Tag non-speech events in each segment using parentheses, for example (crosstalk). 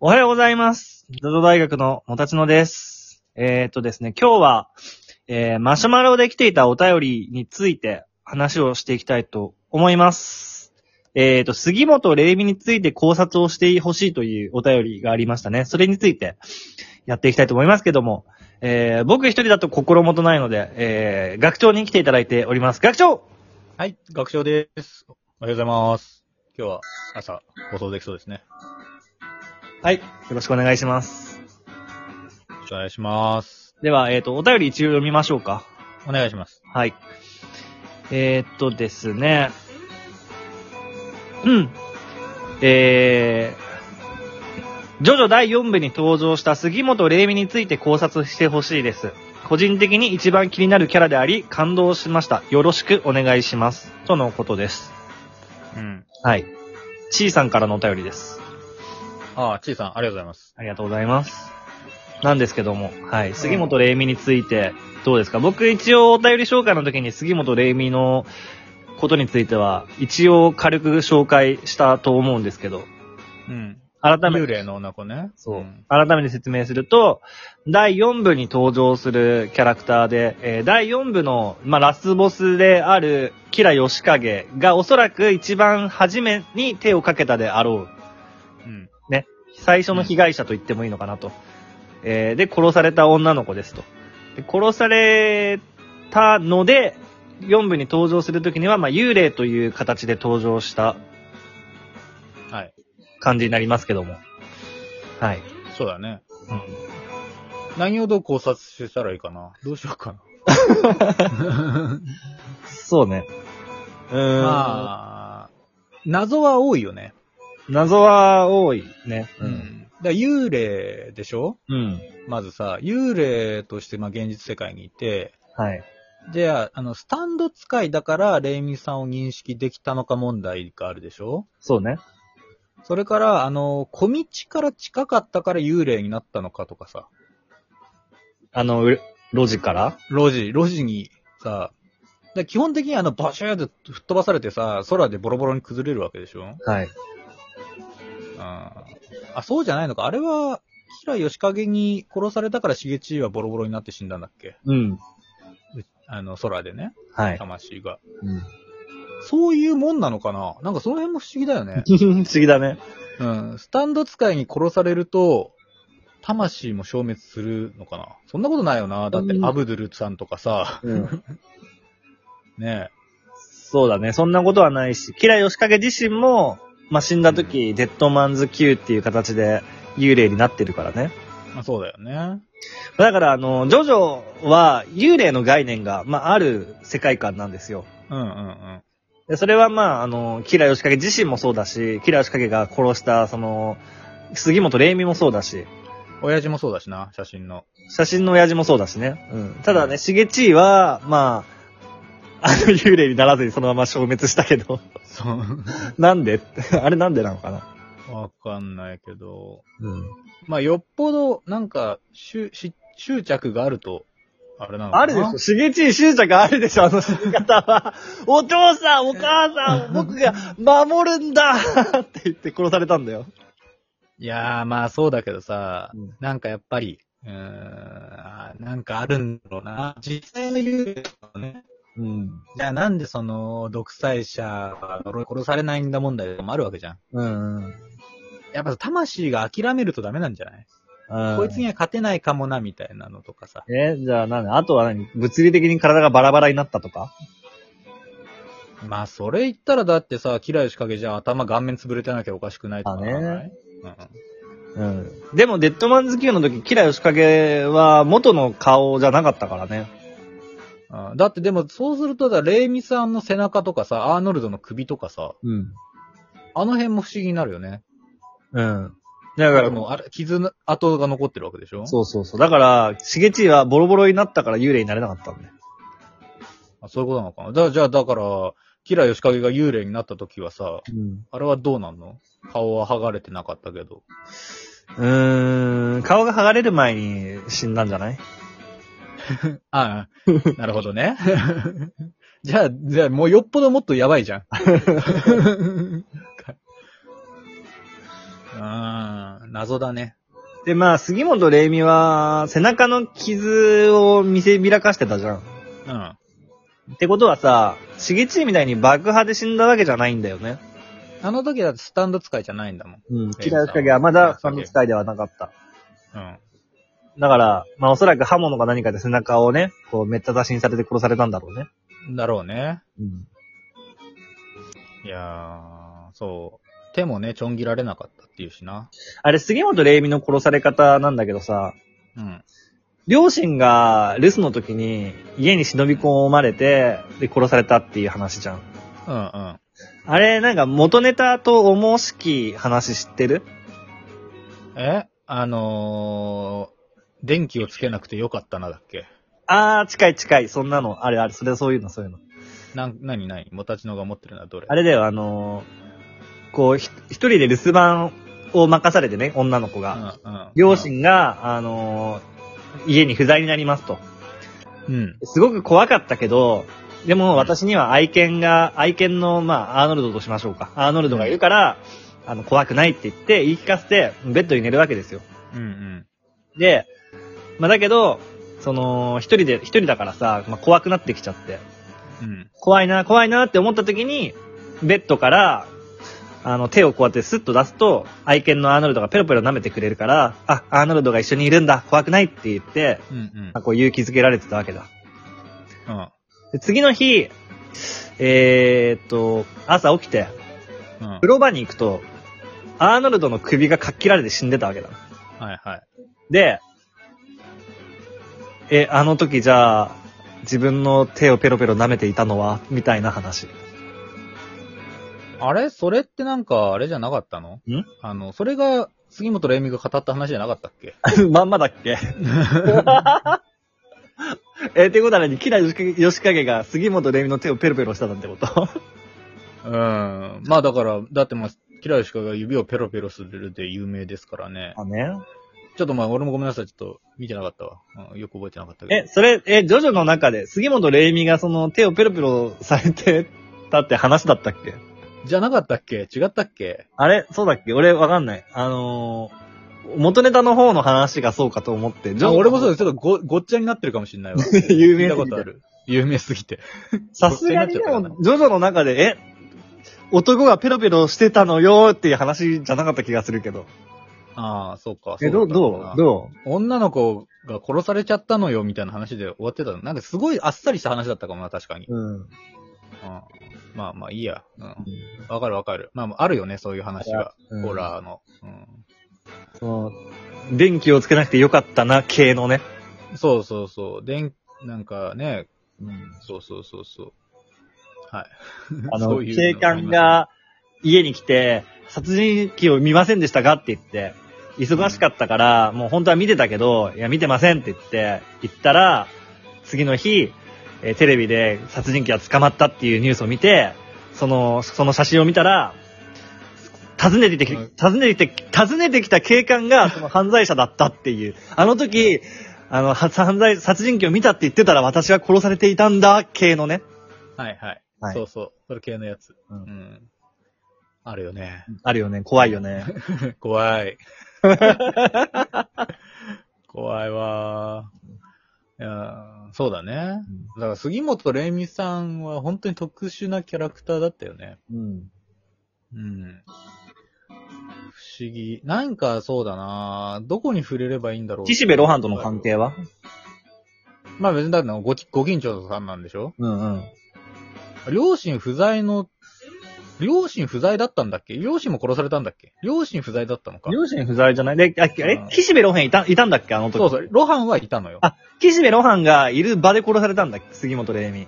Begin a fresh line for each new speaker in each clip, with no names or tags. おはようございます。ゾゾ大学のもたちのです。えー、っとですね、今日は、えー、マシュマロで来ていたお便りについて話をしていきたいと思います。えー、っと、杉本玲美について考察をしてほしいというお便りがありましたね。それについてやっていきたいと思いますけども、えー、僕一人だと心もとないので、えー、学長に来ていただいております。学長
はい、学長です。おはようございます。今日は朝、放送できそうですね。
はい。よろしくお願いします。
よろしくお願いします。
では、えー、っと、お便り一応読みましょうか。
お願いします。
はい。えー、っとですね。うん。えー、ジョジョ第4部に登場した杉本玲美について考察してほしいです。個人的に一番気になるキャラであり、感動しました。よろしくお願いします。とのことです。
うん。
はい。C さんからのお便りです。
ああ、ちいさん、ありがとうございます。
ありがとうございます。なんですけども、はい。杉本玲美について、どうですか僕一応お便り紹介の時に杉本玲美のことについては、一応軽く紹介したと思うんですけど、
うん。
改め
幽
て、
霊の女子ね。
そう、
ん
改めて説明すると、第4部に登場するキャラクターで、えー第4部の、まあ、ラスボスであるキラヨシカゲがおそらく一番初めに手をかけたであろう
うん。
最初の被害者と言ってもいいのかなと。えーで、殺された女の子ですと。で、殺されたので、4部に登場するときには、まあ、幽霊という形で登場した
はい。
感じになりますけども。はい。
そうだね。
うん
何をどう考察したらいいかな。どうしようかな。
そうね。うーん。
まあ、謎は多いよね。
謎は多いね。。。
だから幽霊でしょ
うん。
まずさ、幽霊として、まあ、現実世界にいて、
はい。
じゃあ、あの、スタンド使いだから、レイミさんを認識できたのか問題があるでしょ
そうね。
それから、あの、小道から近かったから幽霊になったのかとかさ、
あの、う路地から
路地、路地にさ、で基本的にあの、バシューって吹っ飛ばされてさ、空でボロボロに崩れるわけでしょ
はい。
うん。あ、そうじゃないのか。あれは、キラヨシカゲに殺されたから、シゲチーはボロボロになって死んだんだっけ
うん。
あの、空でね、
はい。
魂が。
うん。
そういうもんなのかななんかその辺も不思議だよね。
(laughs) 不思議だね。
うん、スタンド使いに殺されると、魂も消滅するのかなそんなことないよな。だって
う、ん
アブドゥルさんとかさ、
うん。
ね
そうだね。そんなことはないし、キラヨシカゲ自身も、まあ、死んだ時、デッドマンズ Q っていう形で幽霊になってるからね。
まあ、そうだよね。
だから、あの、ジョジョは幽霊の概念が、まあ、ある世界観なんですよ。
うんうんうん。
でそれは、まあ、あの、キラヨシカゲ自身もそうだし、キラヨシカゲが殺した、その、杉本玲美もそうだし、
親父もそうだしな、写真の。
写真の親父もそうだしね。うん。ただね、しげちいは、まあ、あの幽霊にならずにそのまま消滅したけど、 (laughs)
そう。 (laughs)
なんで (laughs) あれなんでなのかな
わかんないけど。
うん。
まあ、よっぽど、なんか、執執執着があると、あれなのかな
あるでしょしげちい執着あるでしょあの死に方 (laughs) は。お父さん、お母さ (laughs) ん、僕が守るんだって言って殺されたんだよ。
いやー、まあそうだけどさ、
うん
なんかやっぱり、うーん、あーなんかあるんだろうな。実際の幽霊はね、
うん。
じゃあなんでその、独裁者は呪い殺されないんだ問題とかもあるわけじゃん。
うん。
やっぱ魂が諦めるとダメなんじゃない、こいつには勝てないかもな、みたいなのとかさ。
え、じゃあ何あとは何物理的に体がバラバラになったとか
まあそれ言ったらだってさ、キラヨシカゲじゃあ頭顔面潰れてなきゃおかしくないとかな
だ
らな
ね
い。うん
うん。でも、デッドマンズ Q の時、キラヨシカゲは元の顔じゃなかったからね。
うんだってでもそうするとだ、レイミさんの背中とかさ、アーノルドの首とかさ、
うん。
あの辺も不思議になるよね。
うん。だ
だ
か
から
ら、
もうあれ、傷の跡が残ってるわけでしょ
そうそうそう。だから、しげちいはボロボロになったから幽霊になれなかったんだよ。
あそういうことなのかなだじゃあだから、キラヨシカゲが幽霊になった時はさ、
うん。
あれはどうなんの顔は剥がれてなかったけど。
うーん、顔が剥がれる前に死んだんじゃない
ああ、 (laughs) なるほどね。じゃあ、じゃあもうよっぽどもっとやばい (laughs) じゃん。うーん、謎だね。
で、まあ、杉本玲美は、背中の傷を見せびらかしてたじゃん。
うん。
ってことはさ、しげちみたいに爆破で死んだわけじゃないんだよね。
あの時だってスタンド使いじゃないんだもん。
うん。嫌い仕掛けはまだファミ使いではなかった。
うん。
だから、まあおそらく刃物か何かで背中をね、こう、めった刺しにされて殺されたんだろうね。
だろうね。
うん。
いやー、そう。手もね、ちょん切られなかったっていうしな。
あれ、杉本玲美の殺され方なんだけどさ、
うん。
両親が留守の時に家に忍び込まれて、で、殺されたっていう話じゃん。
うんうん。
あれ、なんか元ネタと思しき話知ってる
えあのー、電気をつけなくてよかったなだっけ
あー、近い近い。そんなの。あれあれ、それそういうの、そういうの。
なん、なになにもたちのが持ってるのはどれ
あれだよ、あのーこう、ひ一人で留守番を任されてね、女の子が。
うんうん。
両親が、あのー家に不在になりますと。
うん。
すごく怖かったけど、でも私には愛犬が、愛犬の、まあ、アーノルドとしましょうか。アーノルドがいるから、あの、怖くないって言って、言い聞かせて、ベッドに寝るわけですよ。
うんうん。
で、まあ、だけど、その、一人で、一人だからさ、まあ、怖くなってきちゃって、
うん。
怖いな、怖いなって思った時に、ベッドから、あの、手をこうやってスッと出すと、愛犬のアーノルドがペロペロ舐めてくれるから、あ、アーノルドが一緒にいるんだ、怖くないって言って、
うんうん
まあ、こう勇気づけられてたわけだ。
うん。
で次の日、えー、っと、朝起きて、
うん。は
風呂場に行くと、アーノルドの首がかっ切られて死んでたわけだ。
いはい。
で、え、あの時じゃあ、自分の手をペロペロ舐めていたのはみたいな話。
あれそれってなんか、あれじゃなかったの
ん
あの、それが、杉本レイミが語った話じゃなかったっけ
(laughs) まんまだっけえ、ってことは何キラヨシカゲが杉本レミの手をペロペロしたなんてこと
うん。まあだから、だってまあ、キラヨシカが指をペロペロするで有名ですからね。
あ、ね。
ちょっとまあ、俺もごめんなさい。ちょっと見てなかったわ。うんよく覚えてなかったけど。
(laughs) え、それ、え、ジョジョの中で杉本レミがその手をペロペロされてたって話だったっけ
じゃなかったっけ違ったっけ
あれそうだっけ俺わかんない。あのー、元ネタの方の話がそうかと思って。
あ俺もそう
う
です。ちょっとごごっちゃになってるかもしれないわ。
(laughs) 有
見
名
た
な
こ
ことと
あ
あ
る
る。。
有名すぎて。
さすがにで
ごっちゃになっちゃった
も、ジョジョの中で、え、男がペロペロしてたのよーっていう話じゃなかった気がするけど。
ああ、そうか。
え、どう、どう、どう
う女の子が殺されちゃったのよ、みたいな話で終わってたの。なんかすごいあっさりした話だったかもな、確かに。
うん。
うんまあまあ、いいや。うん。わかるわかる。まあまあ、あるよね、そういう話が。
うん
ホラーの。うん。
その、電気をつけなくてよかったな、系のね。
そうそうそう。でん、なんかね、
うん。
そうそうそうそう。はい。 (laughs)
あの、
そういうのあ
警
りますね
官、が家に来て、殺人鬼を見ませんでしたかって言って、忙しかったから、もう本当は見てたけど、いや、見てませんって言って、言ったら、次の日、えーテレビで殺人鬼が捕まったっていうニュースを見て、その、その写真を見たら、訪ねてき
はい
て、訪ねてき、訪ねてきた警官が、その犯罪者だったっていう。あの時、あの、は犯罪、殺人鬼を見たって言ってたら私は殺されていたんだ、系のね。
はいはい。
はい
そうそう。それ系のやつ。う。
うんん
あるよね。
あるよね、怖いよね。(laughs)
怖い。怖いわー。いやーそうだね。だから杉本玲美さんは本当に特殊なキャラクターだったよね。
うん。
うん。不思議。なんかそうだなどこに触れればいいんだろう。
岸辺露伴との関係は
まあ別にだってごきご近所さんなんでしょ
うんうん。
両親不在の、両親不在だったんだっけ両親も殺されたんだっけ両親不在だったのか
両親不在じゃないで、あ、
う
え
ん、
岸辺露伴いた、いたんだっけあの時。
そうそう、露伴はいたのよ。
あ、岸辺露伴がいる場で殺されたんだっけ杉本玲美。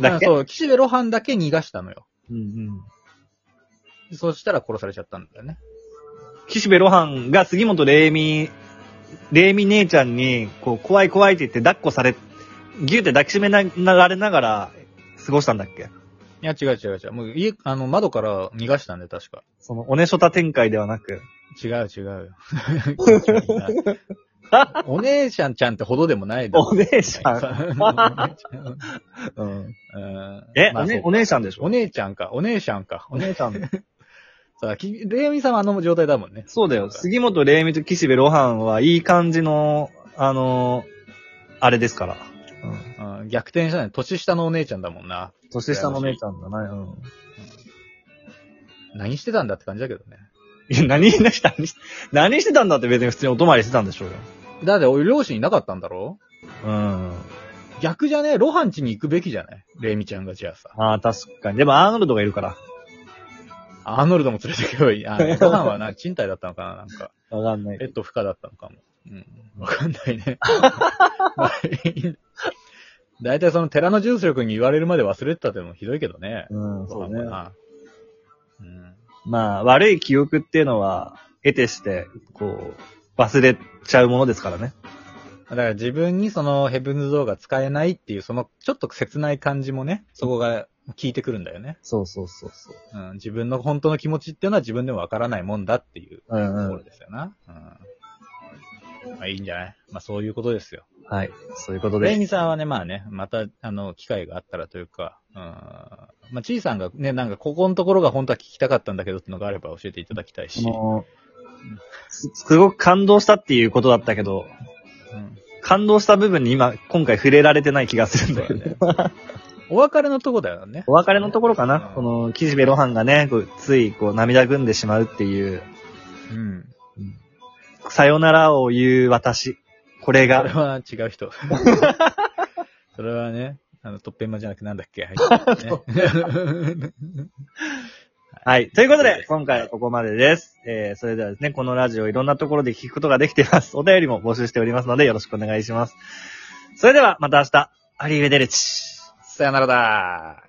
だっけ
そう、岸辺露伴だけ逃がしたのよ。
うんうん。
そしたら殺されちゃったんだよね。
岸辺露伴が杉本玲美、玲美姉ちゃんに、こう、怖い怖いって言って抱っこされ、ギュって抱きしめながれながら過ごしたんだっけ
いや、違う違う違う。もう家、あの、窓から逃がしたんで、確か。
その、おねしょた展開ではなく。
違う違
(laughs)
うよ。お姉ちゃんちゃんってほどでもないだろ
(laughs) お姉ちゃん。
うん
え、
まあ
お
そう
ねお姉ちゃんでしょ
お姉ちゃんか、お姉ちゃんか。
お姉ちゃん。
さあ、きレイミさんはあの状態だもんね。
そうだよ。杉本玲美と岸辺露伴はいい感じの、あのーあれですから。うん。
うん、逆転したね。年下のお姉ちゃんだもんな。
年下の姉ちゃんだな、うん。
何してたんだって感じだけどね。
いや、何、何して、何して何してたんだって別に普通にお泊まりしてたんでしょうよ。
だって俺両親いなかったんだろ
うん。
逆じゃねえ、ロハンチに行くべきじゃないレイミちゃんがじゃあさ。
ああ、確かに。でもアーノルドがいるから。
アーノルドも連れてけば
(laughs)
いい。あ、ロハンはな、賃貸だったのかななんか。
わかんない
ペ。ット不可だったのかも。
(laughs)
うん。わかんないね。 (laughs) だいたいその寺の住職に言われるまで忘れてたってのもひどいけどね。
うん、そうね。
まあうん。
まあ、悪い記憶っていうのは、得てして、こう、忘れちゃうものですからね。
だから自分にそのヘブンズ動画使えないっていう、そのちょっと切ない感じもね、そこが効いてくるんだよね。
そうそうそうそう。
うん。自分の本当の気持ちっていうのは自分でもわからないもんだっていう
う
と
ん
こ
う
ろ
ん。
ですよな。うん。まあいいんじゃないまあそういうことですよ。
はい。そういうこと
レイ
で。
ミさんはね、まあね、また、あの、機会があったらというか、うん。まあ、ちーさんがね、なんか、ここのところが本当は聞きたかったんだけどってのがあれば教えていただきたい
あ
し。
のすすごく感動したっていうことだったけど、
うん。
感動した部分に今、今回触れられてない気がするん
そ
だ
うだ
けど。
ね。お別れのとこだよね。
お別れのところかな、
うん
この、岸辺露伴がね、こうつい、こう、涙ぐんでしまうっていう、
うん。
さよならを言う私。これ
それ
が、
は違
(laughs)
う人。それはね、あの、トッペンマじゃなくなんだっ
(laughs)
け、はい。ね (laughs)
はい。ということで、今回はここまでです。えー、それではですね、このラジオいろんなところで聞くことができています。お便りも募集しておりますので、よろしくお願いします。それでは、また明日、アリーベデルチ。
さよならだ